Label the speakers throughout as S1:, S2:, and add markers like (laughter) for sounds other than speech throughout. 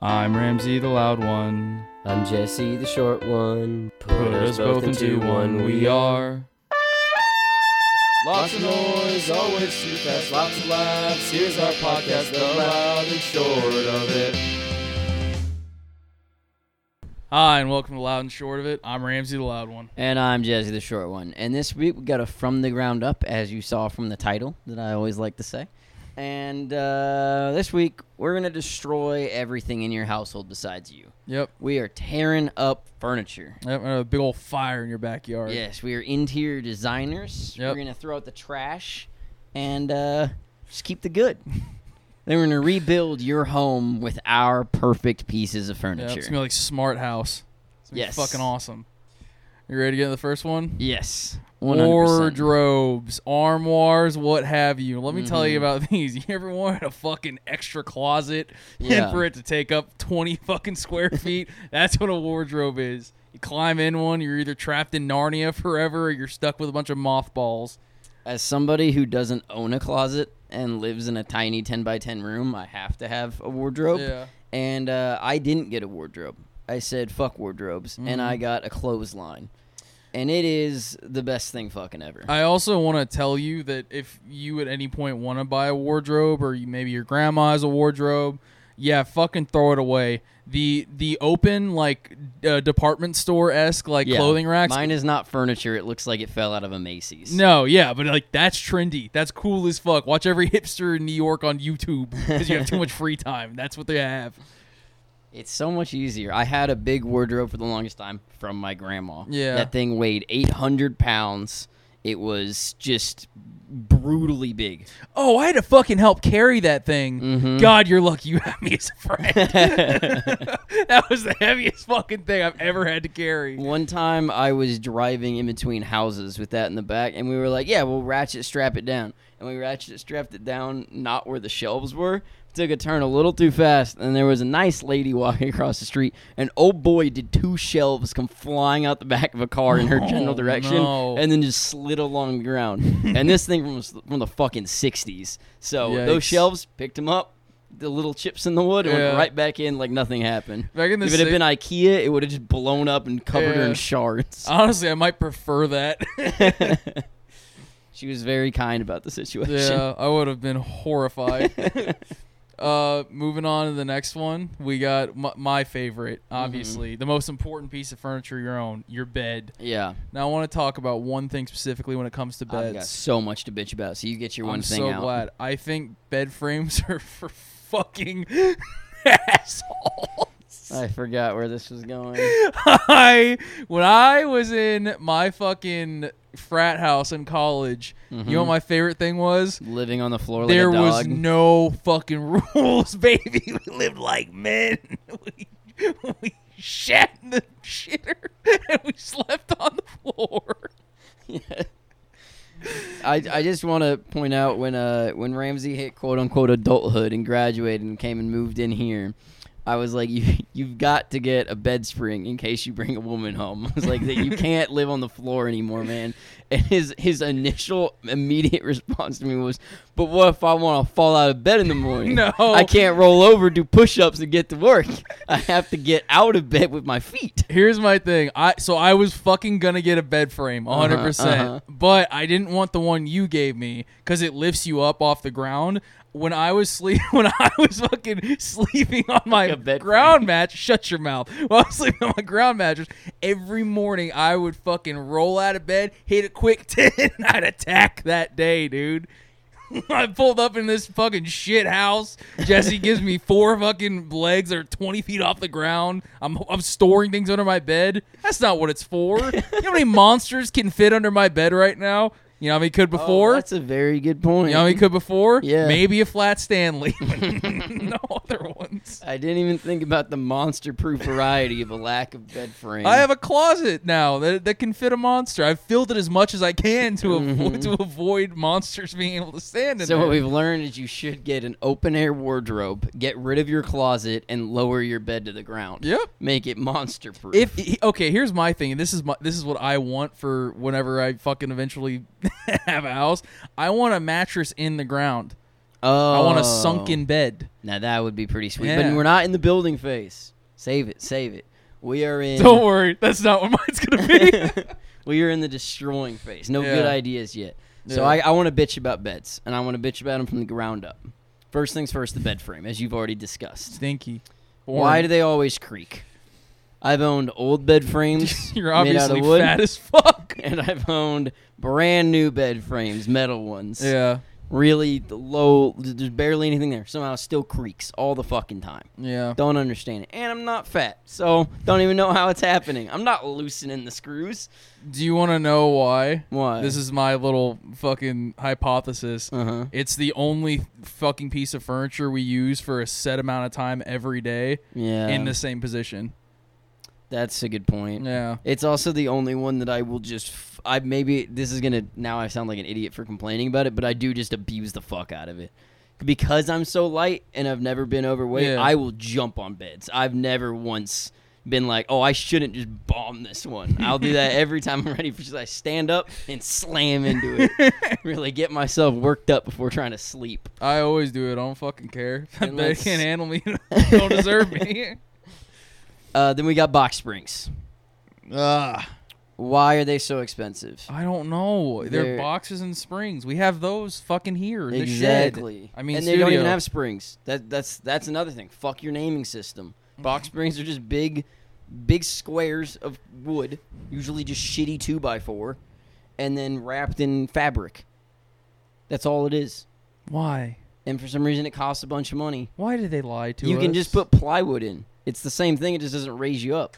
S1: I'm Ramsey the Loud One.
S2: I'm Jesse, the short one.
S1: Put us both into one, we are. Lots of noise, always too fast, lots of laughs. Here's our podcast, the loud and short of it. Hi, and welcome to Loud and Short of It. I'm Ramsey the Loud One.
S2: And I'm Jesse, the short one. And this week we got a from the ground up, as you saw from the title that I always like to say. And uh, this week we're gonna destroy everything in your household besides you.
S1: Yep.
S2: We are tearing up furniture.
S1: Yep, and a big old fire in your backyard.
S2: Yes, we are interior designers.
S1: Yep.
S2: We're gonna throw out the trash and uh, just keep
S1: (laughs)
S2: the good. then we're gonna rebuild your home with our perfect pieces of
S1: Yep,
S2: furniture.
S1: it's gonna be like smart house. It's gonna
S2: Yes.
S1: be fucking awesome. You ready to get into the first one?
S2: yes, 100%.
S1: wardrobes, armoires, what have you. Let me tell you
S2: Mm-hmm.
S1: about (laughs) these. You ever wanted a fucking extra closet (laughs)
S2: Yeah.
S1: and for it to take up 20 fucking
S2: (laughs)
S1: square feet? That's what a wardrobe is. You climb in one, you're either trapped in Narnia forever or you're stuck with a bunch of mothballs.
S2: As somebody who doesn't own a closet and lives in a tiny 10 by 10 room, I have to have a wardrobe.
S1: Yeah.
S2: And uh, I didn't get a wardrobe. I said, fuck wardrobes. And
S1: Mm-hmm.
S2: I got a clothesline. And it is the best thing fucking ever.
S1: I also want to tell you that if you at any point want to buy a wardrobe or you, maybe your grandma has a wardrobe, yeah, fucking throw it away. The the open like uh, department store esque like
S2: Yeah.
S1: clothing racks
S2: Mine is not furniture. It looks like it fell out of a Macy's.
S1: No, yeah, but like that's trendy. That's cool as fuck. Watch every hipster in New York on YouTube (laughs) because you have too much free time. That's what they have.
S2: It's so much easier. I had a big wardrobe for the longest time from my grandma.
S1: Yeah.
S2: That thing weighed 800 pounds. It was just brutally big.
S1: Oh, I had to fucking help carry that thing. God, you're lucky you have me as a (laughs) friend. that was the heaviest fucking thing I've ever had to carry.
S2: One time I was driving in between houses with that in the back, and we were like, yeah, we'll ratchet strap it down. And we ratchet strapped it down, not where the shelves were. Took a turn a little too fast, and there was a nice lady (laughs) walking across the street, and oh boy, did two shelves come flying out the back of a car in her general direction,
S1: Oh, no.
S2: and then just slid along
S1: (laughs)
S2: the ground. and this thing was from the fucking 60s. So
S1: Yikes.
S2: those shelves picked them up. The little chips in the wood and
S1: Yeah.
S2: went right back in like nothing happened.
S1: Back in the
S2: if it had
S1: si-
S2: been IKEA, it would have just blown up and covered her
S1: Yeah. (laughs)
S2: in shards. (laughs)
S1: Honestly, I might prefer (laughs) that.
S2: she was very kind about the situation.
S1: yeah, I would have been (laughs) horrified. uh, moving on to the next one, we got m- my favorite, obviously, the most important piece of furniture you own, your bed.
S2: (laughs) Yeah.
S1: Now I want to talk about one thing specifically when it comes to
S2: I've got
S1: beds.
S2: so much to bitch about, so you get your one
S1: I'm
S2: thing
S1: so
S2: out.
S1: glad. I think bed frames (laughs) are for fucking (laughs) assholes. (laughs)
S2: I forgot where this was going.
S1: I when I was in my fucking frat house in college, you know what my favorite thing was?
S2: Living on the floor
S1: there
S2: Mm-hmm. like a
S1: was
S2: dog.
S1: no fucking (laughs) rules, baby. (laughs) We lived like men. (laughs) We, we shat in the shitter (laughs) and we slept on the floor.
S2: (laughs) I, I just want to point out when uh when Ramsey hit quote unquote adulthood and graduated and came and moved in here, I was like you you've got to get a bed spring in case you bring a woman home. (laughs) I was like that you can't live on the floor anymore, man. And his his initial immediate response to me was, "But what if I want to fall out of bed in the morning?
S1: (laughs) No.
S2: I can't roll over, do push-ups, and get to work. I have to get out of bed with my feet."
S1: (laughs) Here's my thing. I so I was fucking gonna get a bed frame, 100
S2: uh-huh.
S1: percent. But I didn't want the one you gave me because it lifts you up off the ground. When I was sleep, (laughs) when I was fucking sleeping on my
S2: a bed
S1: ground mattress, shut your mouth. (laughs) While I was sleeping on my ground mattress, every morning I would fucking roll out of bed, hit a quick (laughs) ten, and I'd attack that day, dude. (laughs) I pulled up in this fucking shit house. Jesse gives me four fucking legs that are twenty feet off the ground. I'm I'm storing things under my bed. That's not what it's for. you know how
S2: (laughs)
S1: many monsters can fit under my bed right now? You know how many could before?
S2: Oh, that's a very good point.
S1: you know how many could before?
S2: Yeah.
S1: Maybe a flat Stanley. (laughs)
S2: (laughs)
S1: no other ones.
S2: I didn't even think about the monster-proof variety of a lack of bed frame.
S1: I have a closet now that, that can fit a monster. I've filled it as much as I can to avoid to avoid monsters being able to stand in
S2: Mm-hmm.
S1: there.
S2: So what we've learned is you should get an open air wardrobe, get rid of your closet, and lower your bed to the ground.
S1: Yep.
S2: Make it monster proof.
S1: if he- okay here's my thing and this is my this is what i want for whenever i fucking eventually (laughs) have a house i want a mattress in the ground
S2: oh,
S1: i want a sunken bed
S2: Now that would be pretty sweet.
S1: Yeah.
S2: But we're not in the building phase. Save it, save it. We are in.
S1: Don't worry, that's not what (laughs) mine's gonna
S2: (laughs)
S1: be.
S2: we are in the destroying phase. No
S1: Yeah.
S2: good ideas yet. So
S1: Yeah.
S2: I, I want to bitch about beds, and I want to bitch about them from the ground up. First things first, the bed frame, as you've already discussed.
S1: Stinky.
S2: Why do they always creak? I've owned old bed
S1: (laughs)
S2: frames
S1: You're
S2: made out
S1: obviously
S2: of wood,
S1: fat as fuck.
S2: (laughs) and I've owned brand new bed frames, metal ones.
S1: Yeah,
S2: Really the low, there's barely anything there. Somehow it still creaks all the fucking time.
S1: yeah.
S2: Don't understand it. And I'm not fat, so don't even know how it's happening. I'm not loosening the screws.
S1: Do you want to know why?
S2: Why?
S1: This is my little fucking hypothesis.
S2: Uh huh.
S1: It's the only fucking piece of furniture we use for a set amount of time every day
S2: Yeah.
S1: in the same position.
S2: That's a good point.
S1: Yeah.
S2: It's also the only one that I will just. F- I maybe this is gonna. Now I sound like an idiot for complaining about it, but I do just abuse the fuck out of it because I'm so light and I've never been overweight.
S1: Yeah.
S2: I will jump on beds. I've never once been like, oh, I shouldn't just bomb this one. I'll do that every time I'm ready for. I stand up and slam into it. really get myself worked up before trying to sleep.
S1: I always do it. I don't fucking care. (laughs) That
S2: And
S1: bed
S2: let's-
S1: can't handle
S2: (laughs)
S1: me. (laughs) It don't deserve me.
S2: Uh, then we got box springs.
S1: Ah.
S2: Why are they so expensive?
S1: I don't know. They're,
S2: They're-
S1: boxes and springs. We have those fucking here. in the shed.
S2: Exactly.
S1: I mean,
S2: and they don't even
S1: studio.
S2: have springs. That that's that's another thing. Fuck your naming system.
S1: Mm-hmm.
S2: Box springs are just big, big squares of wood, usually just shitty two by four, and then wrapped in fabric. That's all it is.
S1: Why?
S2: And for some reason, it costs a bunch of money.
S1: Why do they lie to
S2: you
S1: us?
S2: can just put plywood in. It's the same thing. It just doesn't raise you up.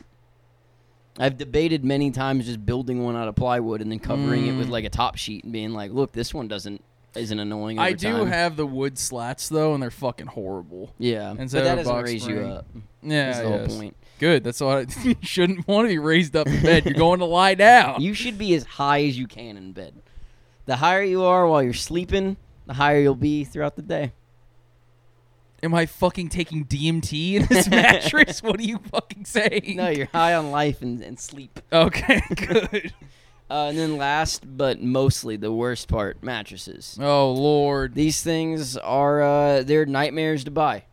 S2: I've debated many times just building one out of plywood and then covering
S1: Mm.
S2: it with like a top sheet and being like, "Look, this one doesn't isn't annoying." Over
S1: I do
S2: time.
S1: have the wood slats though, and they're fucking horrible.
S2: Yeah,
S1: Instead
S2: but
S1: of
S2: that
S1: a
S2: doesn't
S1: box
S2: raise you
S1: spring.
S2: up.
S1: Yeah,
S2: That's the whole
S1: yes.
S2: point.
S1: Good. That's why (laughs) you shouldn't want to be raised up in bed. You're going to lie down.
S2: You should be as high as you can in bed. The higher you are while you're sleeping, the higher you'll be throughout the day. (laughs)
S1: Am I fucking taking DMT in
S2: (laughs)
S1: this mattress? what are you fucking saying?
S2: No, you're high on life and, and sleep.
S1: Okay, (laughs) good.
S2: Uh, and then last, but mostly the worst part, mattresses.
S1: oh lord.
S2: These things are uh, they're nightmares to buy.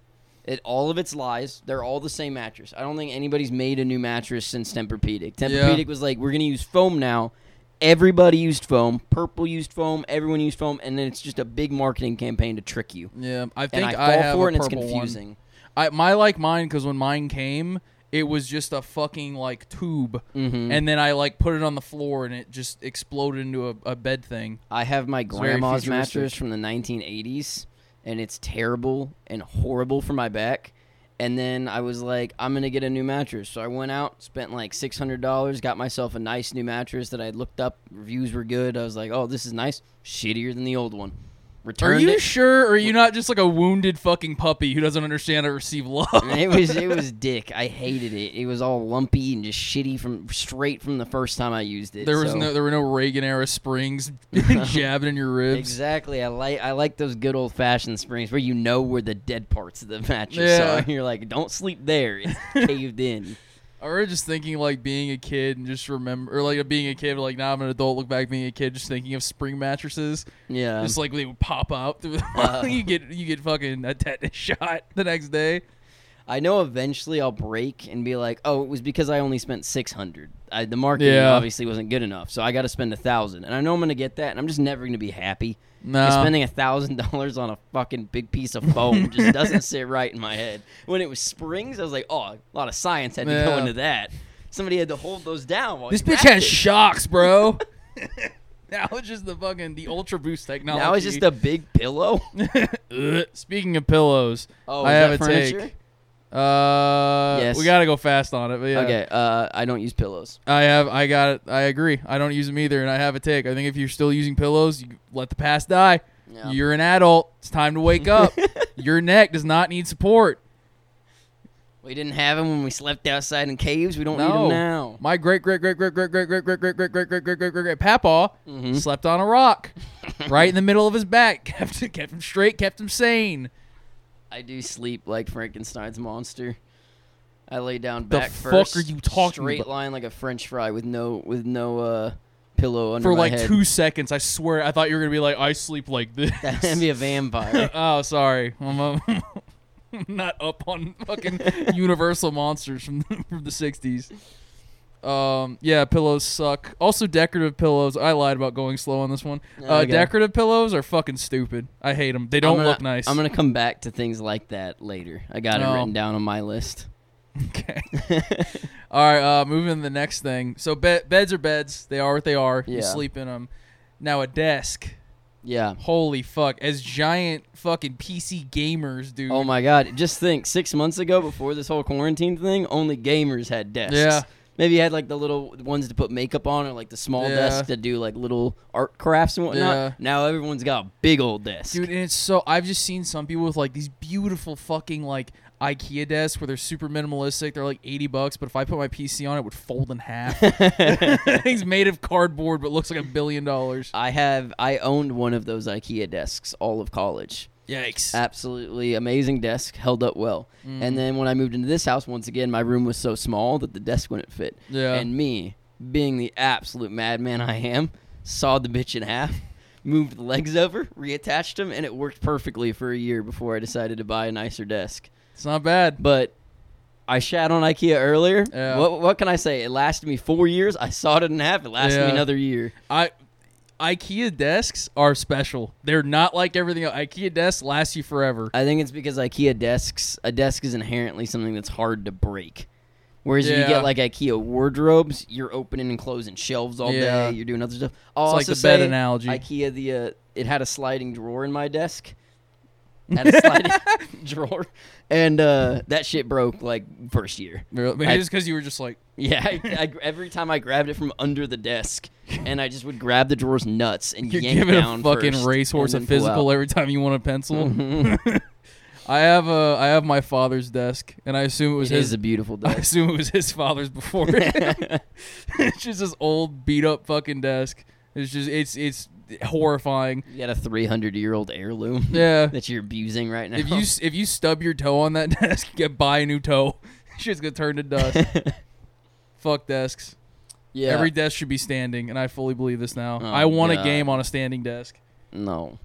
S2: It all of its lies. They're all the same mattress. I don't think anybody's made a new mattress since Tempur-Pedic. Tempur-Pedic was like, we're gonna use foam now. Everybody used foam. Purple used foam. Everyone used foam, and then it's just a big marketing campaign to trick you.
S1: Yeah, I
S2: And
S1: think
S2: I,
S1: I
S2: fall
S1: have
S2: for
S1: a
S2: it, and it's
S1: purple one.
S2: confusing.
S1: I my like mine because when mine came, it was just a fucking like tube,
S2: Mhm.
S1: and then I like put it on the floor and it just exploded into a, a bed thing.
S2: I have my
S1: very
S2: grandma's
S1: futuristic.
S2: mattress from the 1980s, and it's terrible and horrible for my back. And then I was like, I'm gonna get a new mattress. So I went out, spent like six hundred dollars, got myself a nice new mattress that I had looked up. Reviews were good. I was like, oh, this is nice. Shittier than the old one. Returned
S1: are you
S2: it.
S1: sure? Or are you not just like a wounded fucking puppy who doesn't understand or receive love?
S2: And (laughs) it was it was dick. I hated it. It was all lumpy and just shitty from straight from the first time I used it.
S1: (laughs) There was
S2: so-
S1: no, there were no Reagan era
S2: (laughs)
S1: springs (laughs) jabbing in your ribs.
S2: Exactly. I like I like those good old fashioned springs where you know where the dead parts of the mattress
S1: Yeah.
S2: are. (laughs) And you're like, don't sleep there.
S1: (laughs)
S2: It's caved in.
S1: I remember just thinking like being a kid and just remember, or like being a kid, like now I'm an adult. Look back being a kid, just thinking of spring mattresses,
S2: Yeah.
S1: just like they would pop out. Through the,
S2: Uh.
S1: you get you get fucking a tetanus (laughs) shot the next day.
S2: I know eventually I'll break and be like, oh, it was because I only spent six hundred. I the marketing
S1: Yeah.
S2: obviously wasn't good enough, so I gotta spend a thousand. And I know I'm gonna get that and I'm just never gonna be happy. 'Cause
S1: No,
S2: Spending a thousand dollars on a fucking big piece of
S1: (laughs)
S2: foam just doesn't sit right in my head. When it was springs, I was like, oh, a lot of science had to go
S1: Yeah.
S2: into that. Somebody had to hold those down. While
S1: this
S2: you
S1: bitch
S2: wrapped
S1: has
S2: it.
S1: shocks,
S2: (laughs)
S1: bro. now it's just the fucking the Ultra Boost technology.
S2: Now it's just a big pillow.
S1: (laughs) Ugh. Speaking of pillows,
S2: Oh,
S1: I
S2: is
S1: have
S2: that
S1: a
S2: furniture?
S1: take. Uh,
S2: Yes.
S1: we gotta go fast on it. But yeah.
S2: Okay, uh, I don't use pillows.
S1: I have. I got it. I agree. I don't use them either, and I have a take. I think if you're still using pillows, you let the past die.
S2: Yeah.
S1: You're an adult. It's time to wake
S2: (laughs)
S1: up. Your neck does not need support.
S2: We didn't have them when we slept outside in caves. We don't need
S1: No.
S2: them now.
S1: My great great great great great great great great great great great great great great great great papa
S2: Mm-hmm.
S1: slept on a
S2: (laughs)
S1: rock, right in the middle of his back. (laughs) Kept kept him straight. Kept him sane.
S2: I do sleep like Frankenstein's monster. I lay down
S1: The
S2: back
S1: fuck
S2: first.
S1: are you talking
S2: Straight
S1: about?
S2: line like a French fry with no with no uh, pillow under
S1: For
S2: my
S1: like
S2: head. (laughs)
S1: two seconds, I swear, (laughs) I thought you were gonna be like, I sleep like this.
S2: That'd be a vampire.
S1: oh, sorry. I'm (laughs) a- not up on fucking
S2: (laughs)
S1: Universal monsters from (laughs) from the '60s. Um, yeah, pillows suck. Also, decorative pillows. I lied about going slow on this one. Uh,
S2: Okay.
S1: Decorative pillows are fucking stupid. I hate them. They
S2: I'm
S1: don't
S2: gonna-
S1: look nice.
S2: I'm gonna come back to things like that later. I got
S1: No.
S2: it written down on my list.
S1: (laughs)
S2: (laughs)
S1: okay. All right. Uh, moving to the next thing. So be- beds are beds. They are what they are. You
S2: Yeah.
S1: sleep in them. Now a desk.
S2: yeah.
S1: Holy fuck! As giant fucking PC gamers, dude.
S2: Oh my god! Just think, six months ago, before this whole quarantine thing, only gamers had desks.
S1: Yeah.
S2: Maybe you had like the little ones to put makeup on, or like the small
S1: Yeah.
S2: desks to do like little art crafts and whatnot.
S1: Yeah.
S2: Now everyone's got a big old desk.
S1: Dude, and it's so I've just seen some people with like these beautiful fucking like IKEA desks where they're super minimalistic. They're like eighty bucks, but if I put my PC on, it would fold in
S2: (laughs)
S1: half. (laughs) Thing's made of cardboard, but looks like a billion dollars.
S2: I have I owned one of those IKEA desks all of college.
S1: Yikes!
S2: Uh, Absolutely amazing desk, held up well.
S1: Mm.
S2: And then when I moved into this house, once again, my room was so small that the desk wouldn't fit.
S1: Yeah.
S2: And me, being the absolute madman I am, sawed the bitch in half, (laughs) moved the legs over, reattached them, and it worked perfectly for a year before I decided to buy a nicer desk.
S1: It's not bad.
S2: But I shat on IKEA earlier.
S1: Yeah.
S2: What, what can I say? It lasted me four years. I sawed it in half. It lasted
S1: Yeah.
S2: me another year.
S1: I IKEA desks are special. They're not like everything else. IKEA desks last you forever.
S2: I think it's because IKEA desks, a desk is inherently something that's hard to break. Whereas if you
S1: Yeah.
S2: get like IKEA wardrobes, you're opening and closing shelves all
S1: Yeah.
S2: day. You're doing other stuff. I'll
S1: It's like
S2: also
S1: the bed
S2: say
S1: analogy.
S2: IKEA, the uh, it had a sliding drawer in
S1: (laughs)
S2: my desk. Had a sliding (laughs) drawer, and uh, that shit broke like first year.
S1: Maybe
S2: I-
S1: it's because you were just like,
S2: Yeah, I, I- every time I grabbed it from under the desk, and I just would grab the drawer's nuts and
S1: You're
S2: yank
S1: giving
S2: down
S1: a fucking
S2: first,
S1: racehorse a
S2: and then pull out. Mm.
S1: physical every time you want a pencil.
S2: (laughs)
S1: I have a I have my father's desk, and I assume it was
S2: It
S1: his.
S2: is a beautiful
S1: (laughs) I
S2: desk.
S1: assume it was his father's
S2: (laughs)
S1: before. (laughs) it. it's just this old beat up fucking desk. It's just it's it's horrifying.
S2: You got a 300 year old heirloom
S1: Yeah.
S2: (laughs) that you're abusing right now.
S1: If you s- if you stub your toe on that (laughs) desk, you get buy a new toe. (laughs) Shit's gonna turn to
S2: (laughs)
S1: dust. Fuck desks.
S2: yeah.
S1: Every desk should be standing, and I fully believe this now.
S2: Oh,
S1: I want a
S2: God.
S1: game on a standing desk.
S2: no.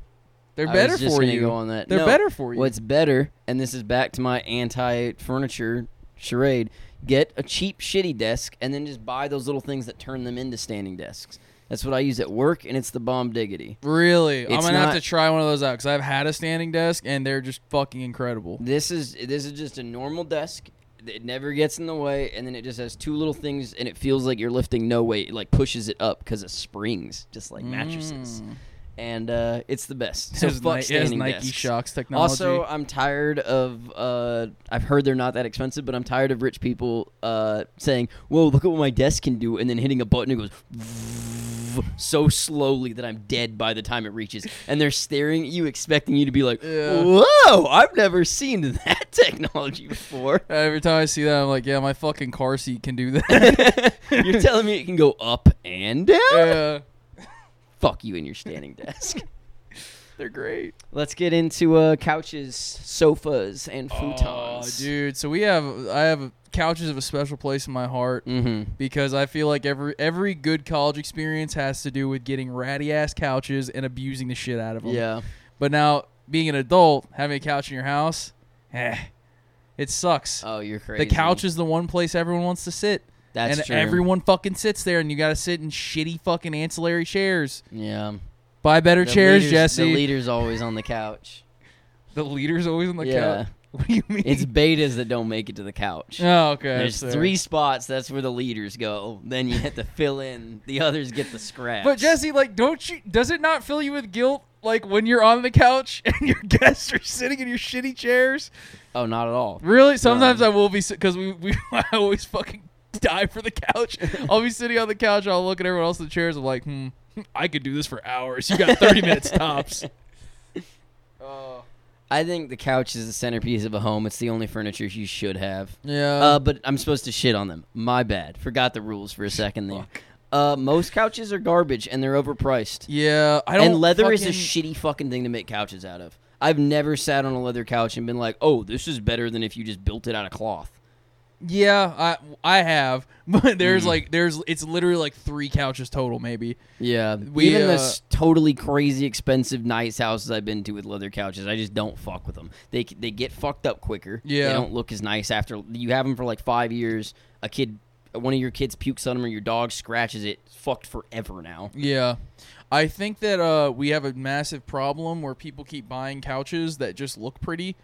S1: They're
S2: I
S1: better
S2: was just
S1: for
S2: gonna
S1: you.
S2: Go on that.
S1: They're
S2: No,
S1: better for you.
S2: What's better, and this is back to my anti furniture charade, get a cheap, shitty desk and then just buy those little things that turn them into standing desks. That's what I use at work, and it's the bomb diggity.
S1: Really, I'm
S2: It's
S1: gonna have
S2: not-
S1: to try one of those out because I've had a standing desk and they're just fucking incredible.
S2: This is this is just a normal desk. It never gets in the way, and then it just has two little things, and it feels like you're lifting no weight. It like pushes it up because of springs, just like mattresses. And uh, it's the
S1: (laughs)
S2: best.
S1: Mm.
S2: So
S1: It has
S2: fuck
S1: Ni- it has
S2: standing
S1: Nike
S2: desks.
S1: shocks technology.
S2: Also, I'm tired of. Uh, I've heard they're not that expensive, but I'm tired of rich people uh, saying, "Whoa, look at what my desk can do," and then hitting a button it goes (laughs) so slowly that I'm dead by the time it reaches, and they're staring at you, expecting you to be like,
S1: Yeah.
S2: "Whoa, I've never seen (laughs) that technology before." (laughs)
S1: Every time I see that, I'm like, yeah, my fucking car seat can do
S2: (laughs)
S1: that.
S2: You're telling me it can go up and down?
S1: yeah,
S2: Fuck you and your standing desk. (laughs)
S1: they're great.
S2: Let's get into uh, couches, sofas, and
S1: Oh,
S2: futons.
S1: dude. So we have, I have couches of a special place in my heart
S2: Mm-hmm.
S1: because I feel like every every good college experience has to do with getting ratty ass couches and abusing the shit out of them.
S2: Yeah.
S1: But now being an adult, having a couch in your house, eh, it sucks.
S2: Oh, you're crazy.
S1: the couch is the one place everyone wants to sit.
S2: That's
S1: and
S2: true.
S1: everyone fucking sits there, and you got to sit in shitty fucking ancillary chairs.
S2: Yeah.
S1: Buy better chairs,
S2: leader's-
S1: Jesse.
S2: The leader's always on
S1: (laughs)
S2: the couch.
S1: The leader's always on the
S2: Yeah.
S1: couch. (laughs) What do you mean?
S2: (laughs) It's betas that don't make it to the couch.
S1: oh, okay.
S2: There's
S1: so-
S2: three spots. That's where the leaders go. Then you have to fill in. The others get the scraps.
S1: But Jesse, like, don't you? Does it not fill you with guilt? Like when you're on the couch (laughs) and your guests are sitting in your shitty chairs.
S2: oh, not at all.
S1: Really? Sometimes I will be because we, we (laughs) I always fucking die for the couch. I'll be sitting on the couch. I'll look at everyone else in the chairs. I'm like, hmm, (laughs) I could do this for hours. You got 30
S2: (laughs)
S1: minutes tops. Uh,
S2: I think the couch is the centerpiece of a home. It's the only furniture you should have.
S1: yeah.
S2: Uh, but I'm supposed to shit on them. My bad. Forgot the rules for a second there.
S1: Fuck.
S2: Uh, most couches are garbage and they're overpriced.
S1: yeah. I don't.
S2: And leather is a
S1: fucking-
S2: shitty fucking thing to make couches out of. I've never sat on a leather couch and been like, "Oh, this is better than if you just built it out of cloth."
S1: Yeah, I I have, (laughs) but there's
S2: Mm-hmm.
S1: like there's it's literally like three couches total maybe.
S2: Yeah,
S1: We,
S2: even the
S1: uh,
S2: s totally crazy expensive nice houses I've been to with leather couches, I just don't fuck with them. They c- they get fucked up quicker.
S1: Yeah.
S2: they don't look as nice after you have them for like five years. A kid, one of your kids pukes on them, or your dog scratches it. It's fucked forever now.
S1: Yeah. I think that uh, we have a massive problem where people keep buying couches that just look pretty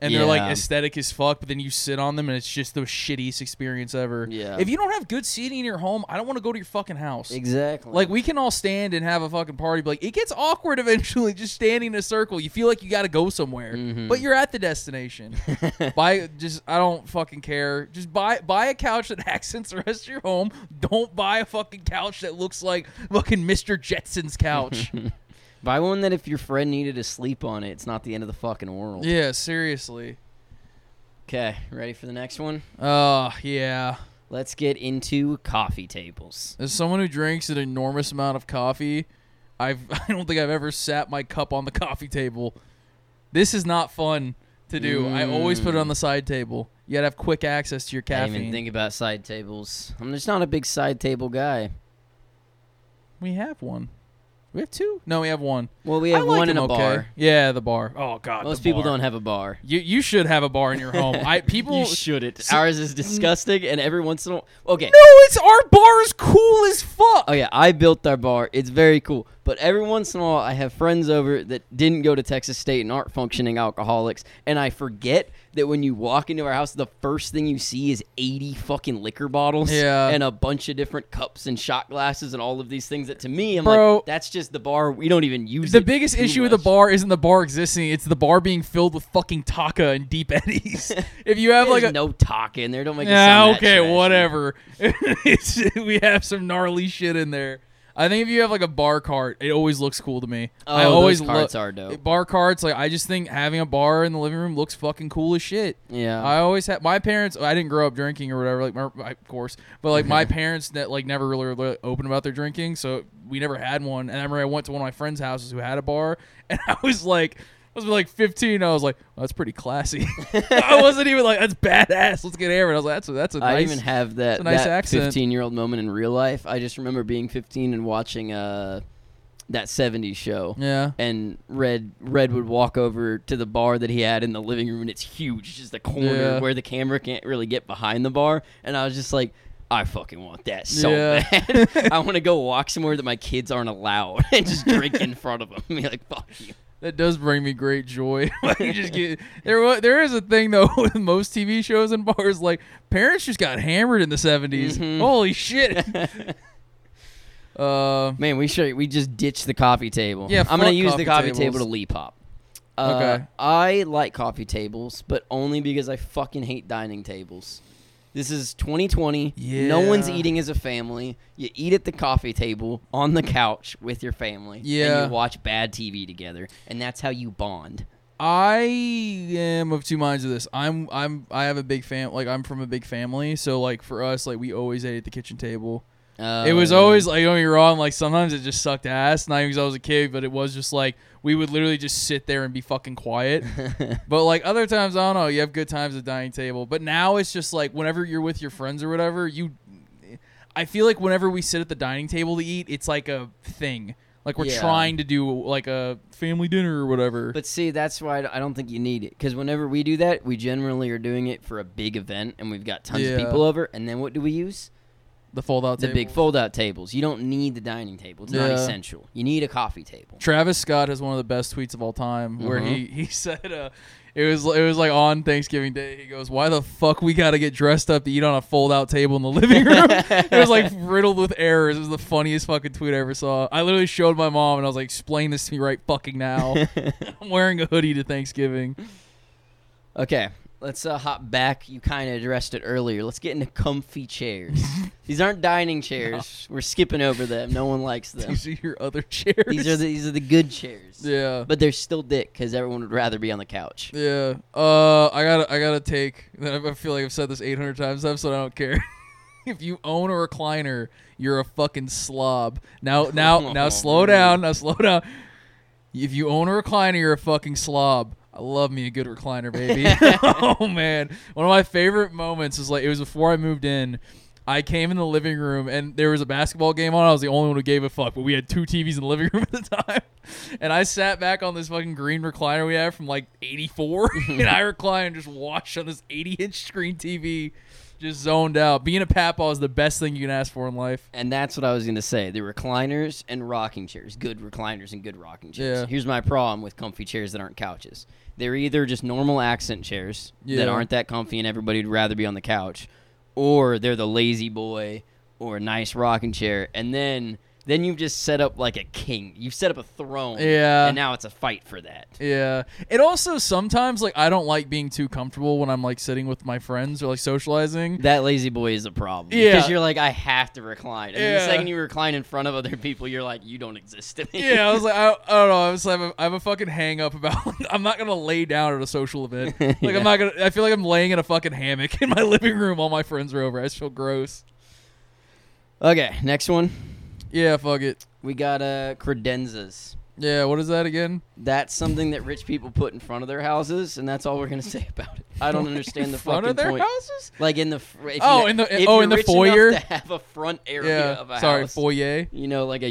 S1: and they're like
S2: Yeah.
S1: aesthetic as fuck, but then you sit on them and it's just the shittiest experience ever.
S2: Yeah.
S1: If you don't have good seating in your home, I don't want to go to your fucking house.
S2: Exactly.
S1: Like we can all stand and have a fucking party, but like it gets awkward (laughs) eventually just standing in a circle. You feel like you got to go somewhere,
S2: Mhm.
S1: but you're at the destination. (laughs) buy just I don't fucking care. Just buy buy a couch that (laughs) accents the rest of your home. Don't buy a fucking couch that looks like fucking Mr. Jetson's couch.
S2: buy one that if your friend needed to sleep on it, it's not the end of the fucking world.
S1: yeah, seriously.
S2: Okay, ready for the next one?
S1: Uh yeah.
S2: Let's get into coffee tables.
S1: As someone who drinks an enormous amount of coffee, I've (laughs) I don't think I've ever sat my cup on the coffee table. This is not fun to do. I always put it on the side table. You gotta have quick access to your
S2: I
S1: caffeine.
S2: didn't even think about side tables. I'm just not a big side table guy.
S1: we have one. We have two? No, we have one.
S2: Well, we have
S1: I like
S2: one in a
S1: them okay.
S2: bar.
S1: Yeah, the bar. Oh god.
S2: Most
S1: the
S2: people
S1: bar.
S2: don't have a bar.
S1: You you should have a bar in your
S2: (laughs)
S1: home. I people
S2: you shouldn't.
S1: So-
S2: Ours is disgusting, and every once in a while, okay.
S1: No, it's our bar is cool as fuck.
S2: Oh yeah, I built our bar. It's very cool. But every once in a while, I have friends over that didn't go to Texas State and aren't functioning alcoholics, and I forget that when you walk into our house, the first thing you see is eighty fucking liquor bottles,
S1: Yeah.
S2: and a bunch of different cups and shot glasses and all of these things. That to me, I'm
S1: Bro.
S2: like, that's just the bar. We don't even use
S1: The
S2: it
S1: biggest
S2: too
S1: issue with the
S2: much.
S1: bar isn't the bar existing; it's the bar being filled with fucking taka and deep eddies.
S2: (laughs)
S1: if you have like
S2: There's
S1: a
S2: no talk in there. Don't make it
S1: yeah,
S2: sound that
S1: okay,
S2: trashy.
S1: whatever. (laughs) It's- we have some gnarly shit in there. I think if you have like a bar cart, it always looks cool to me.
S2: Oh,
S1: I
S2: those
S1: always
S2: carts
S1: lo-
S2: are dope.
S1: Bar carts, like I just think having a bar in the living room looks fucking cool as shit.
S2: Yeah.
S1: I always had my parents. I didn't grow up drinking or whatever, like my, my- of course, but like
S2: (laughs)
S1: my parents that like never really, really open about their drinking, so we never had one. And I remember I went to one of my friends' houses who had a bar, (laughs) and I was like, I was like 15. I was like, "Oh, that's pretty classy. (laughs)
S2: (laughs)
S1: I wasn't even like that's badass. Let's get hammered. I was like, that's a, that's a
S2: I
S1: nice.
S2: even have
S1: it's
S2: that
S1: a nice
S2: that
S1: accent.
S2: 15 year old moment in real life. I just remember being 15 and watching uh that 70s show.
S1: yeah.
S2: And Red Red would walk over to the bar that he had in the living room and it's huge, just the corner
S1: Yeah.
S2: where the camera can't really get behind the bar and I was just like I fucking want that so
S1: Yeah. (laughs)
S2: bad. (laughs) I want to go walk somewhere that my kids aren't allowed (laughs) and just drink in front of them. (laughs) Be like, fuck you.
S1: That does bring me great joy. (laughs) Like, you just
S2: (laughs)
S1: get there. wa- There is a thing though (laughs) with most TV shows and bars, like parents just got hammered in the 70s.
S2: Mhm.
S1: Holy
S2: (laughs)
S1: shit! (laughs) uh,
S2: Man, we should we just ditch the coffee table.
S1: Yeah,
S2: I'm gonna
S1: fuck
S2: use the
S1: coffee
S2: coffee table to
S1: tables.
S2: leap hop. Uh,
S1: Okay.
S2: I like coffee tables, but only because I fucking hate dining tables. This is 2020. No one's
S1: Yeah.
S2: eating as a family. You eat at the coffee table on the couch with your family.
S1: Yeah.
S2: And you watch bad TV together, and that's how you bond.
S1: I am of two minds of this. I'm I'm I have a big fam. Like I'm from a big family, so like for us, like we always ate at the kitchen table. it was
S2: Um,
S1: always like don't get me wrong. Like sometimes it just sucked ass. Not even because I was a kid, but it was just like we would literally just sit there and be fucking
S2: (laughs)
S1: quiet.
S2: Um,
S1: But like other times, I don't know. You have good times at dining table, but now it's just like whenever you're with your friends or whatever, you. I feel like whenever we sit at the dining table to eat, it's like a thing. Like we're
S2: Yeah.
S1: trying to do like a family dinner or whatever.
S2: But see, that's why I don't think you need it. Because whenever we do that, we generally are doing it for a big event and we've got tons
S1: Yeah.
S2: of people over. And then what do we use?
S1: the fold out
S2: The big
S1: tables.
S2: fold out tables. You don't need the dining table, it's not
S1: Yeah.
S2: essential. You need a
S1: (laughs)
S2: coffee table.
S1: Travis Scott has one of the best tweets of all time, where he
S2: Uh-huh.
S1: he (laughs) said, uh, "It was it was like on Thanksgiving Day. He goes, why the fuck we got to get dressed up to eat on a fold out table in the
S2: (laughs)
S1: living room? it was like riddled with errors. It was the funniest fucking tweet I ever saw. I literally showed my mom and I was like, explain this to me right fucking
S2: (laughs)
S1: now. I'm wearing a hoodie to Thanksgiving.
S2: Okay, let's uh, hop back. You kind of addressed it earlier. Let's get into
S1: (laughs)
S2: comfy chairs. These aren't dining chairs. We're skipping over them. No one likes
S1: (laughs)
S2: them.
S1: These are your other chairs.
S2: These are the, these are the good chairs.
S1: yeah.
S2: But they're still dick because everyone would rather be on the couch.
S1: Yeah. Uh, I gotta, I gotta take. (laughs) I feel like I've said this 800 times. This episode, I don't care. (laughs) if you own a recliner, you're a fucking slob. Now, now, now, slow down. Now, slow down. If you own a recliner, you're a fucking slob. I love me a good recliner, baby. oh man, one of my favorite moments is like it was before I moved in. I came in the living room and there was a basketball game on. I was the only one who gave a fuck, but we had two TVs in the living (laughs) room at the time. And I sat back on this fucking green recliner we had from like '84, and I reclined and just watched on this 80-inch screen TV, just zoned out. Being a papaw is the best thing you can ask for in life.
S2: And that's what I was going to say. The recliners and rocking chairs. Good recliners and good rocking chairs.
S1: Yeah.
S2: Here's my problem with comfy chairs that aren't couches. They're either just normal accent chairs
S1: Yeah.
S2: that aren't that comfy and everybody would rather be on the couch, or they're the lazy boy or a nice rocking chair. And then then you've just set up like a king. You've set up a throne.
S1: Yeah.
S2: And now it's a fight for that.
S1: Yeah. It also sometimes like I don't like being too comfortable when I'm like sitting with my friends or like
S2: (laughs)
S1: socializing.
S2: That lazy boy is a problem.
S1: Yeah.
S2: Because you're like, I have to recline. And then the
S1: Yeah.
S2: second you recline in front of other people, you're like, you don't exist to me.
S1: Yeah, I was like, I, I don't know. I was like, I have a, I have a fucking hang up about. (laughs) I'm not gonna lay down at a social
S2: (laughs)
S1: event. Like
S2: Yeah.
S1: I'm not gonna. I feel like I'm laying in a fucking hammock (laughs) in my living room. All my friends are over. I just feel gross.
S2: (laughs) Okay, next one.
S1: Yeah, fuck it.
S2: We got uh credenzas.
S1: Yeah, what is that again?
S2: That's something that rich people put in front of their houses, and that's all we're gonna say about it. I don't understand
S1: (laughs)
S2: the
S1: front
S2: fucking
S1: of their
S2: point.
S1: houses.
S2: Like in the fr- if
S1: Oh,
S2: you-
S1: in the-
S2: if
S1: oh,
S2: you're
S1: in the
S2: rich enough
S1: foyer?
S2: to have a front area of
S1: Yeah,
S2: a
S1: sorry,
S2: house.
S1: foyer.
S2: You know, like a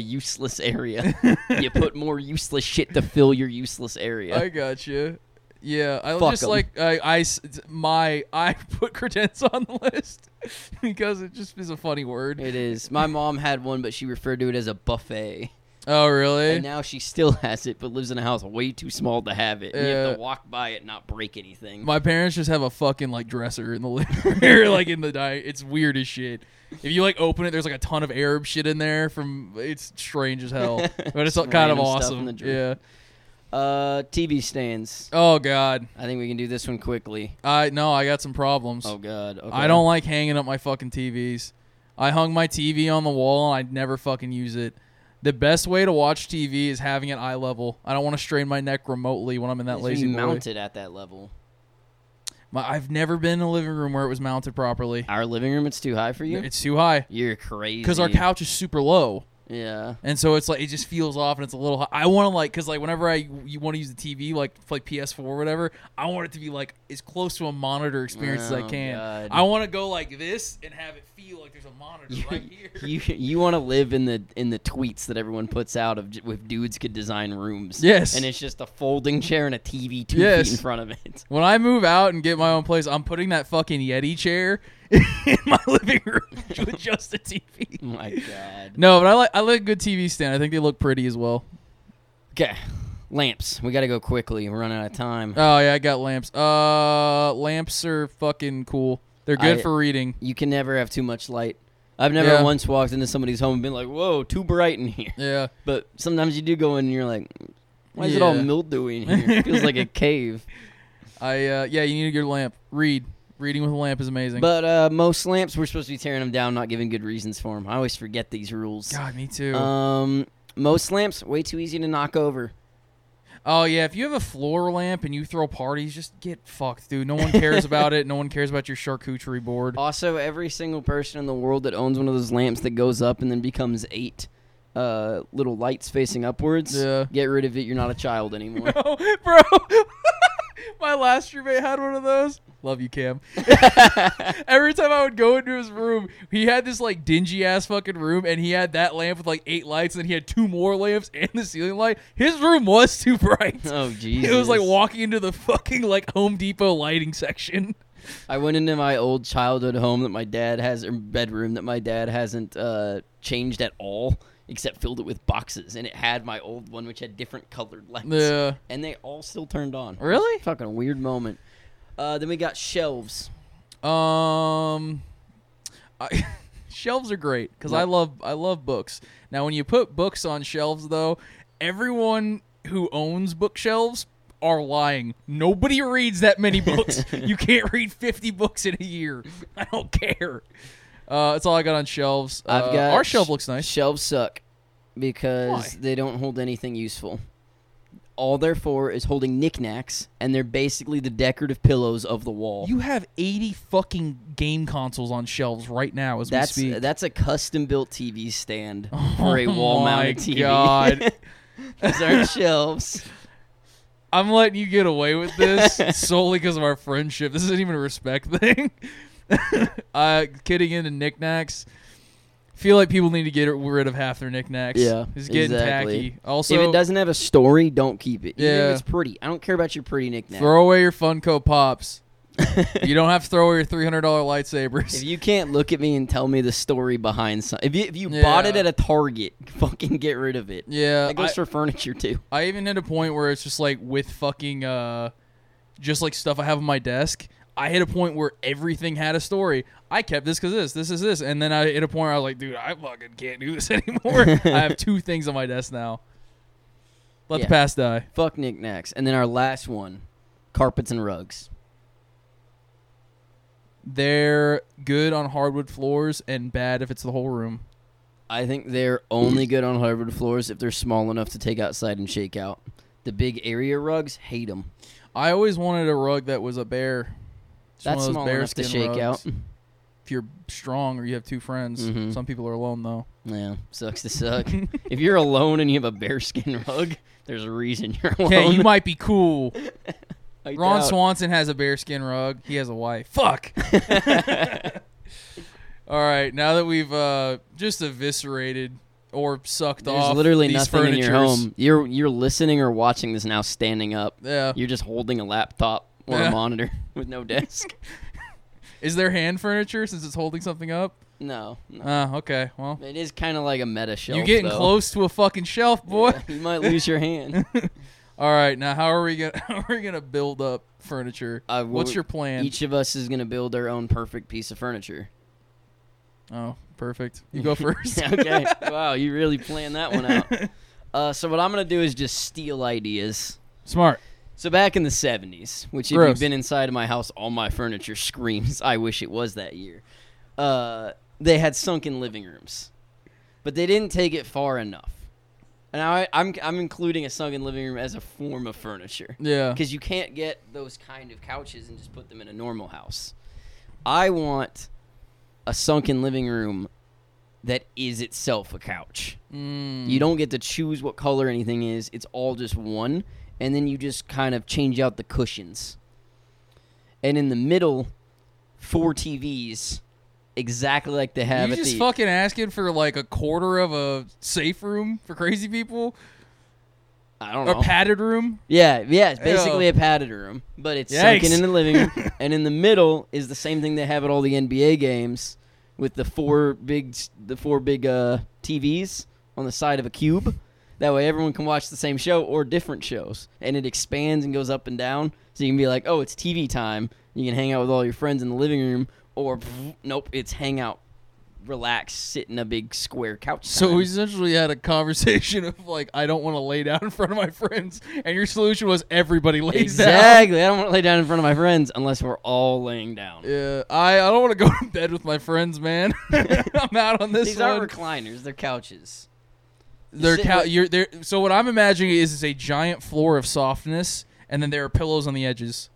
S1: (laughs)
S2: useless area. you put more useless shit to fill your useless area.
S1: I got you. Yeah, I
S2: Fuck
S1: just
S2: 'em.
S1: like I, I s- my I (laughs) put credenza on the list (laughs) because it just is a funny word.
S2: it is. My mom had one, but she referred to it as a buffet.
S1: Oh really?
S2: And now she still has it, but lives in a house way too small to have it. And you have to walk by it, and not break anything.
S1: My parents just have a fucking like dresser in the (laughs) living room, like in the diet. It's weird as shit. If you like open it, there's like a ton of Arab shit in there. From it's strange as
S2: (laughs)
S1: hell, but it's
S2: Just
S1: kind of
S2: random stuff in the
S1: awesome. Yeah.
S2: dresser. Uh, TV stands.
S1: Oh god.
S2: I think we can do this one quickly.
S1: I no. I got some problems.
S2: Oh God. Okay.
S1: I don't like hanging up my fucking TVs. I hung my TV on the wall and I never fucking use it. The best way to watch TV is having it eye level. I don't want to strain my neck remotely when I'm in that
S2: It's
S1: lazy
S2: being
S1: boy.
S2: mounted at that level.
S1: My, I've never been in a living room where it was mounted properly.
S2: Our living room. It's too high for you.
S1: It's too high
S2: You're crazy.
S1: because our couch is super low.
S2: Yeah.
S1: and so it's like it just feels off and it's a little hot. i want to like because like whenever i you want to use the tv like for, like ps4 or whatever i want it to be like as close to a monitor experience as i
S2: Oh,
S1: can
S2: God.
S1: i want to go like this and have it feel like there's a
S2: (laughs)
S1: monitor
S2: You,
S1: right here
S2: you you want to live in the in the tweets that everyone puts out of j- if dudes could design rooms.
S1: Yes.
S2: And it's just a folding chair and a TV two
S1: Yes.
S2: feet in front of it. (laughs)
S1: when i move out and get my own place i'm putting that fucking yeti chair (laughs) in my living room (laughs) with just a tv
S2: My God.
S1: no but i like i like a good tv stand i think they look pretty as well
S2: Okay. Lamps. We got to go quickly. We're running out of time.
S1: oh yeah i got lamps uh lamps are fucking cool they're good
S2: I-
S1: for reading
S2: You can never have too much light. I've never
S1: Yeah.
S2: once walked into somebody's home and been like, "Whoa, too bright in here."
S1: yeah
S2: But sometimes you do go in and you're like, why is it all
S1: Yeah.
S2: mildewy in here? It
S1: (laughs)
S2: feels like a cave.
S1: I uh, yeah, you need a good lamp. Read. Reading with a lamp is amazing.
S2: But uh, most lamps, we're supposed to be tearing them down, not giving good reasons for them. I always forget these rules.
S1: God, me too.
S2: Um, most lamps, way too easy to knock over.
S1: oh yeah, if you have a floor lamp and you throw parties, just get fucked, dude. No one
S2: (laughs)
S1: cares about it. No one cares about your charcuterie board.
S2: Also, every single person in the world that owns one of those lamps that goes up and then becomes eight uh, little lights facing upwards,
S1: Yeah.
S2: get rid of it. You're not a child anymore.
S1: (laughs) No, bro. My last roommate had one of those. Love you, Cam. Every time I would go into his room, he had this like dingy ass fucking room, and he had that lamp with like eight lights, and then he had two more lamps and the ceiling light. His room was too bright.
S2: Oh,
S1: It
S2: Jesus.
S1: was like walking into the fucking like Home Depot lighting section.
S2: I went into my old childhood home that my dad has, or bedroom that my dad hasn't uh, changed at all, except filled it with boxes. And it had my old one, which had different colored lights.
S1: Yeah.
S2: And they all still turned on.
S1: Really?
S2: Fucking weird moment. Uh, then we got shelves.
S1: Um, I, (laughs) shelves are great because I
S2: Yep.
S1: love I love books. Now, when you put books on shelves, though, everyone who owns bookshelves are lying. Nobody reads that many
S2: (laughs)
S1: books. you can't read fifty books in a year. (laughs) I don't care. Uh, that's all I got on shelves.
S2: I've
S1: Uh,
S2: got
S1: our shelf
S2: sh-
S1: looks nice.
S2: Shelves suck because
S1: Why?
S2: they don't hold anything useful. All they're for is holding knickknacks, and they're basically the decorative pillows of the wall.
S1: You have eighty fucking game consoles on shelves right now as
S2: that's
S1: we speak.
S2: that's a custom built TV (laughs) stand for
S1: (laughs)
S2: a
S1: Oh
S2: (laughs) wall mounted
S1: my
S2: TV.
S1: God.
S2: These aren't shelves.
S1: I'm letting you get away with
S2: (laughs)
S1: this solely because of our friendship. This isn't even a respect (laughs) thing. uh, kidding into knickknacks. Feel like people need to get rid of half their knickknacks.
S2: Yeah,
S1: it's getting
S2: exactly.
S1: tacky. Also,
S2: if it doesn't have a story, don't keep it. Even
S1: Yeah.
S2: if it's pretty. I don't care about your pretty knickknack.
S1: throw away your Funko
S2: (laughs)
S1: Pops. you don't have to throw away your three hundred dollar lightsabers.
S2: if you can't look at me and tell me the story behind something, if you, if you bought it
S1: Yeah.
S2: at a Target, (laughs) fucking get rid of it.
S1: yeah,
S2: That goes
S1: I-
S2: for furniture too. (laughs)
S1: I even hit a point where it's just like with fucking uh just like stuff I have on my desk. I hit a point where everything had a story. I kept this because this, this is this, and then I hit a point where I was like, dude, I fucking can't do this (laughs) anymore. I have two things on my desk now. Let
S2: Yeah.
S1: the past die.
S2: Fuck knickknacks. And then our last one, carpets and rugs.
S1: They're good on hardwood floors and bad if it's the whole room.
S2: I think they're only good on hardwood floors if they're small enough to take outside and shake out. The big area rugs, hate them.
S1: I always wanted a rug that was a bear. Just one
S2: That's
S1: of those
S2: small enough to
S1: bearskin
S2: shake
S1: rugs.
S2: out. (laughs)
S1: If you're strong or you have two friends,
S2: Mhm.
S1: some people are alone
S2: (laughs)
S1: though. (laughs)
S2: Yeah, sucks to suck. if you're alone and you have a bearskin (laughs) rug, there's a reason you're alone.
S1: Okay, you might be cool.
S2: (laughs) I
S1: Ron
S2: doubt-
S1: Swanson has a bearskin rug. He has a wife. Fuck. All right, now that we've uh, just eviscerated or sucked
S2: (laughs) There's
S1: off,
S2: literally
S1: these
S2: nothing in your
S1: furnitures.
S2: home. You're you're listening or watching this now standing up.
S1: Yeah,
S2: You're just holding a laptop or
S1: Uh. Yeah.
S2: a monitor (laughs) with no desk.
S1: is there hand furniture since it's holding something up?
S2: no, no.
S1: Ah, okay. Well,
S2: It is kind of like a meta shelf.
S1: you're getting
S2: though.
S1: close to a fucking shelf, boy.
S2: Yeah, (laughs) you might lose
S1: (laughs)
S2: your hand.
S1: All right, now how are we gonna (laughs) how are we gonna build up furniture?
S2: Uh,
S1: What's
S2: well,
S1: your plan?
S2: Each of us is going to build our own perfect piece of furniture.
S1: oh, perfect. You
S2: (laughs)
S1: go first. (laughs)
S2: okay. Wow, you really planned that one out. Uh, so what I'm going to do is just steal ideas.
S1: Smart.
S2: So back in the 70s, which if
S1: Gross.
S2: you've been inside of my house, all my furniture (laughs) screams, I wish it was that year. Uh, they had sunken living rooms, but they didn't take it far enough. And I, I'm, I'm including a sunken living room as a form of furniture
S1: Yeah.
S2: because you can't get those kind of couches and just put them in a normal house. I want a sunken living room that is itself a couch.
S1: Mm,
S2: You don't get to choose what color anything is. It's all just one, and then you just kind of change out the cushions. And in the middle, four TVs, exactly like they have
S1: you
S2: at
S1: just
S2: the.
S1: fucking asking for like a quarter of a safe room for crazy people,
S2: I don't know.
S1: a padded room.
S2: yeah, yeah, it's
S1: Ew.
S2: basically a padded room, but it's
S1: Yikes.
S2: sunken in the living room,
S1: (laughs)
S2: and in the middle is the same thing they have at all the NBA games, with the four big s- the four big uh, TVs on the side of a cube. That way, everyone can watch the same show or different shows, and it expands and goes up and down. So you can be like, "Oh, it's TV time." You can hang out with all your friends in the living room, or nope, it's hang out, relax, sit in a big square couch.
S1: So
S2: time.
S1: we essentially had a conversation of like, I don't want to lay down in front of my friends, and your solution was everybody lays
S2: exactly. I don't want to lay down in front of my friends unless we're all laying down.
S1: down. Yeah, I, I don't want to go (laughs) to bed with my friends, man. (laughs) I'm out on this
S2: These
S1: one.
S2: aren't recliners; they're couches.
S1: They're
S2: sit
S1: cou-
S2: with-
S1: you're, they're, so what I'm imagining is is a giant floor of softness, and then there are pillows on the edges.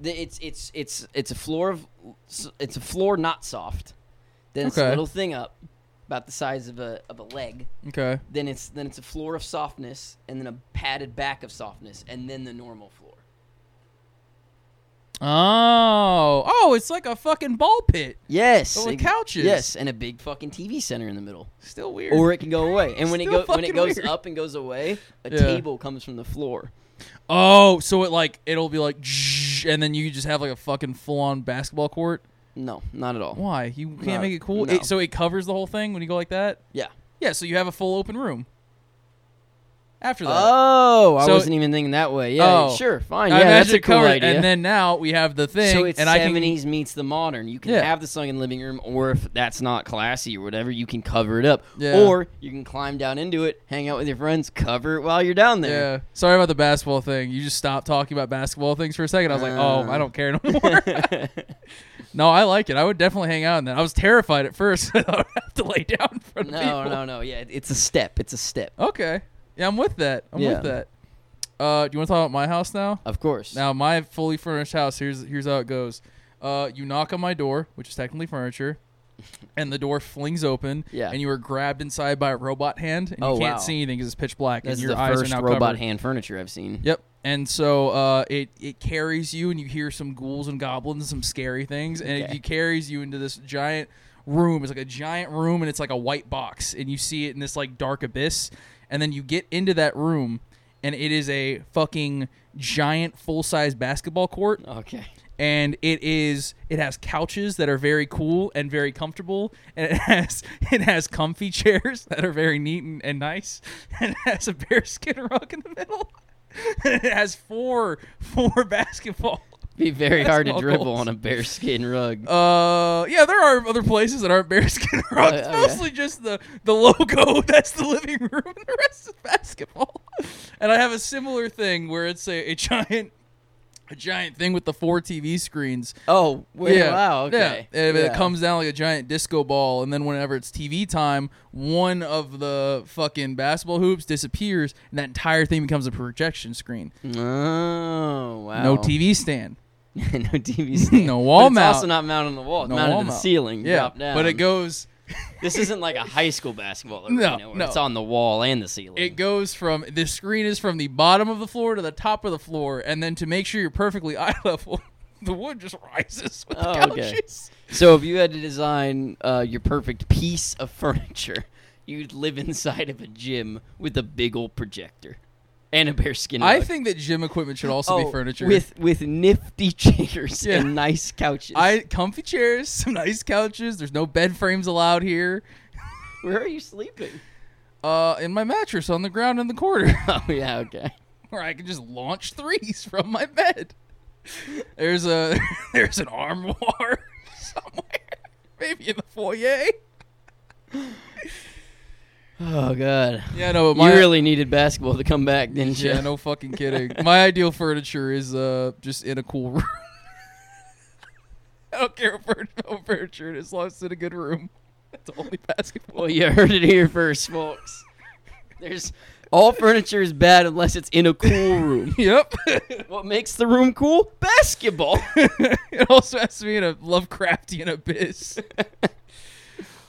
S2: The- It's it's it's it's a floor of it's a floor not soft. Then it's
S1: Okay.
S2: a little thing up, about the size of a of a leg.
S1: Okay.
S2: Then it's then it's a floor of softness, and then a padded back of softness, and then the normal floor.
S1: Oh, oh, it's like a fucking ball pit.
S2: Yes,
S1: But with
S2: ex-
S1: couches.
S2: Yes, and a big fucking TV center in the middle.
S1: Still weird.
S2: Or it can go away, and when it
S1: Still
S2: go when it
S1: fucking
S2: goes
S1: weird.
S2: up and goes away, a
S1: Yeah.
S2: table comes from the floor.
S1: Oh, so it like it'll be like, zzzz, and then you just have like a fucking full on basketball court.
S2: No, not at all.
S1: Why you can't
S2: No,
S1: make it cool?
S2: no.
S1: It, so it covers the whole thing when you go like that.
S2: Yeah.
S1: Yeah, so you have a full open room. After that,
S2: Oh, I
S1: So-
S2: wasn't even thinking that way. Yeah,
S1: Oh.
S2: sure,
S1: I
S2: fine. Yeah, that's
S1: imagine
S2: a
S1: it
S2: cool
S1: covered,
S2: idea.
S1: and then now we have the thing,
S2: so it's
S1: and I can.
S2: seventies meets the modern. You can
S1: Yeah.
S2: have the sunken living room, or if that's not classy or whatever, you can cover it up,
S1: Yeah.
S2: or you can climb down into it, hang out with your friends, cover it while you're down there.
S1: Yeah, sorry about the basketball thing. You just stopped talking about basketball things for a second. I was like, oh,
S2: Uh.
S1: I don't care
S2: (laughs)
S1: no more. no, I like it. I would definitely hang out in that. I was terrified at first. (laughs) I would have to lay down in front (laughs) of people.
S2: no, no, no. Yeah, it's a step. It's a step.
S1: Okay. Yeah, I'm with that. I'm
S2: Yeah.
S1: with that. Uh, do you want to talk about my house now?
S2: Of course.
S1: Now, my
S2: (laughs)
S1: fully furnished house. Here's here's how it goes. Uh, you knock on my door, which is technically furniture. and the door flings open.
S2: Yeah.
S1: And you are grabbed inside by a robot hand, and
S2: Oh,
S1: you can't
S2: wow.
S1: see anything because it's pitch black,
S2: That's
S1: and your
S2: the
S1: eyes
S2: first
S1: are now
S2: robot
S1: covered.
S2: hand furniture I've seen.
S1: Yep. And so uh, it it carries you, and you hear some ghouls and goblins, some scary things, and
S2: Okay.
S1: it carries you into this giant room. It's like a giant room, and it's like a white box, and you see it in this like dark abyss, and then you get into that room, and it is a fucking giant full size basketball court,
S2: Okay.
S1: and it is it has couches that are very cool and very comfortable and it has (laughs) it has comfy chairs (laughs) that are very neat and, and nice (laughs) and it has a bearskin (laughs) rug in the middle and it has four four (laughs) basketball
S2: Be very hard to
S1: Basketball
S2: dribble
S1: goals.
S2: on a bearskin rug.
S1: uh yeah there are other places that aren't (laughs) bearskin rugs
S2: oh, yeah.
S1: mostly just the the logo (laughs) that's the living room (laughs) and the rest is basketball (laughs) and i have a similar thing where it's a, a giant a giant thing with the four tv screens
S2: Oh, wait, (laughs) wow, okay.
S1: Yeah. And It
S2: Yeah.
S1: comes down like a giant disco ball, and then whenever it's TV time, one of the fucking basketball hoops disappears, and that entire thing becomes a projection screen.
S2: Oh, wow.
S1: No TV stand.
S2: (laughs) no TV
S1: (laughs)
S2: stand.
S1: No wall
S2: but it's
S1: mount.
S2: also not mounted on the wall. It's
S1: No
S2: mounted
S1: wall
S2: to the
S1: mount.
S2: ceiling.
S1: Yeah,
S2: Drop down.
S1: but it goes.
S2: This isn't like a high school basketball
S1: No,
S2: arena where
S1: no.
S2: it's on the wall and the ceiling.
S1: It goes from the screen is from the bottom of the floor to the top of the floor, and then to make sure you're perfectly (laughs) eye level, the wood just rises with the
S2: Oh, okay.
S1: couches.
S2: so if you had to design uh, your perfect piece of (laughs) furniture, you'd live inside of a gym with a big old projector and a bearskin rug.
S1: I think that gym equipment should also
S2: Oh,
S1: be furniture
S2: with with nifty (laughs) chairs
S1: Yeah.
S2: and nice couches.
S1: I comfy chairs, (laughs) some nice couches. There's no bed frames allowed here.
S2: Where are you sleeping? (laughs)
S1: Uh, in my mattress on the ground in the corner, (laughs)
S2: Oh yeah, okay.
S1: where I can just launch threes from my bed. There's a (laughs) there's an armoire (laughs) somewhere, maybe in the foyer.
S2: Oh god.
S1: Yeah, no, but
S2: You
S1: my (laughs)
S2: really needed basketball to come back, didn't you?
S1: yeah, no fucking kidding. my ideal furniture is uh just in a cool room. (laughs) I don't care what furniture, what furniture it is, as long as it's in a good room. That's only basketball.
S2: Well, you heard it here first, folks. There's all furniture is bad unless it's in a cool room.
S1: (laughs) (laughs) Yep.
S2: What makes the room cool?
S1: (laughs)
S2: Basketball.
S1: it also has to be in a Lovecraftian
S2: (laughs)
S1: abyss.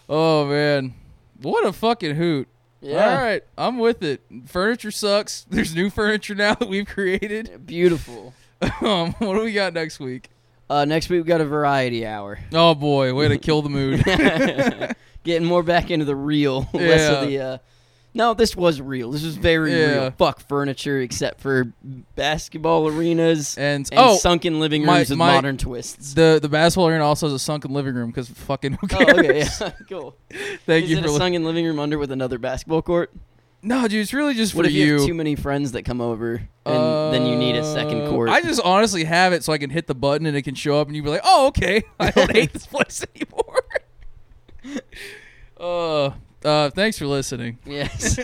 S1: oh man, what a fucking hoot!
S2: Yeah.
S1: All right, I'm with it. Furniture sucks. (laughs) There's new furniture now that we've created.
S2: Beautiful.
S1: (laughs) Um, what do we got next week?
S2: Uh, next week we got a variety hour.
S1: Oh boy, way to kill the
S2: (laughs)
S1: mood. (laughs)
S2: Getting more back into the real, (laughs) less
S1: Yeah.
S2: of the. Uh, no, this was real. This was very
S1: Yeah.
S2: real. Fuck furniture, except for basketball arenas
S1: And- oh,
S2: sunken living
S1: my-
S2: rooms with
S1: my-
S2: modern
S1: (laughs)
S2: twists.
S1: the The basketball arena also has a sunken living room because fucking who
S2: Oh,
S1: cares?
S2: (laughs)
S1: (laughs)
S2: okay, yeah, cool.
S1: Thank
S2: Is
S1: you
S2: it
S1: for
S2: a
S1: li-
S2: sunken living room under with another basketball court?
S1: no, dude. It's really just
S2: What
S1: for
S2: if you, have too many friends that come over and then you need a second
S1: Uh,
S2: court? (laughs)
S1: I just honestly have it so I can hit the button and it can show up and you be like, oh, okay. (laughs) I don't hate this place (laughs) anymore. uh, uh, thanks for listening.
S2: yes.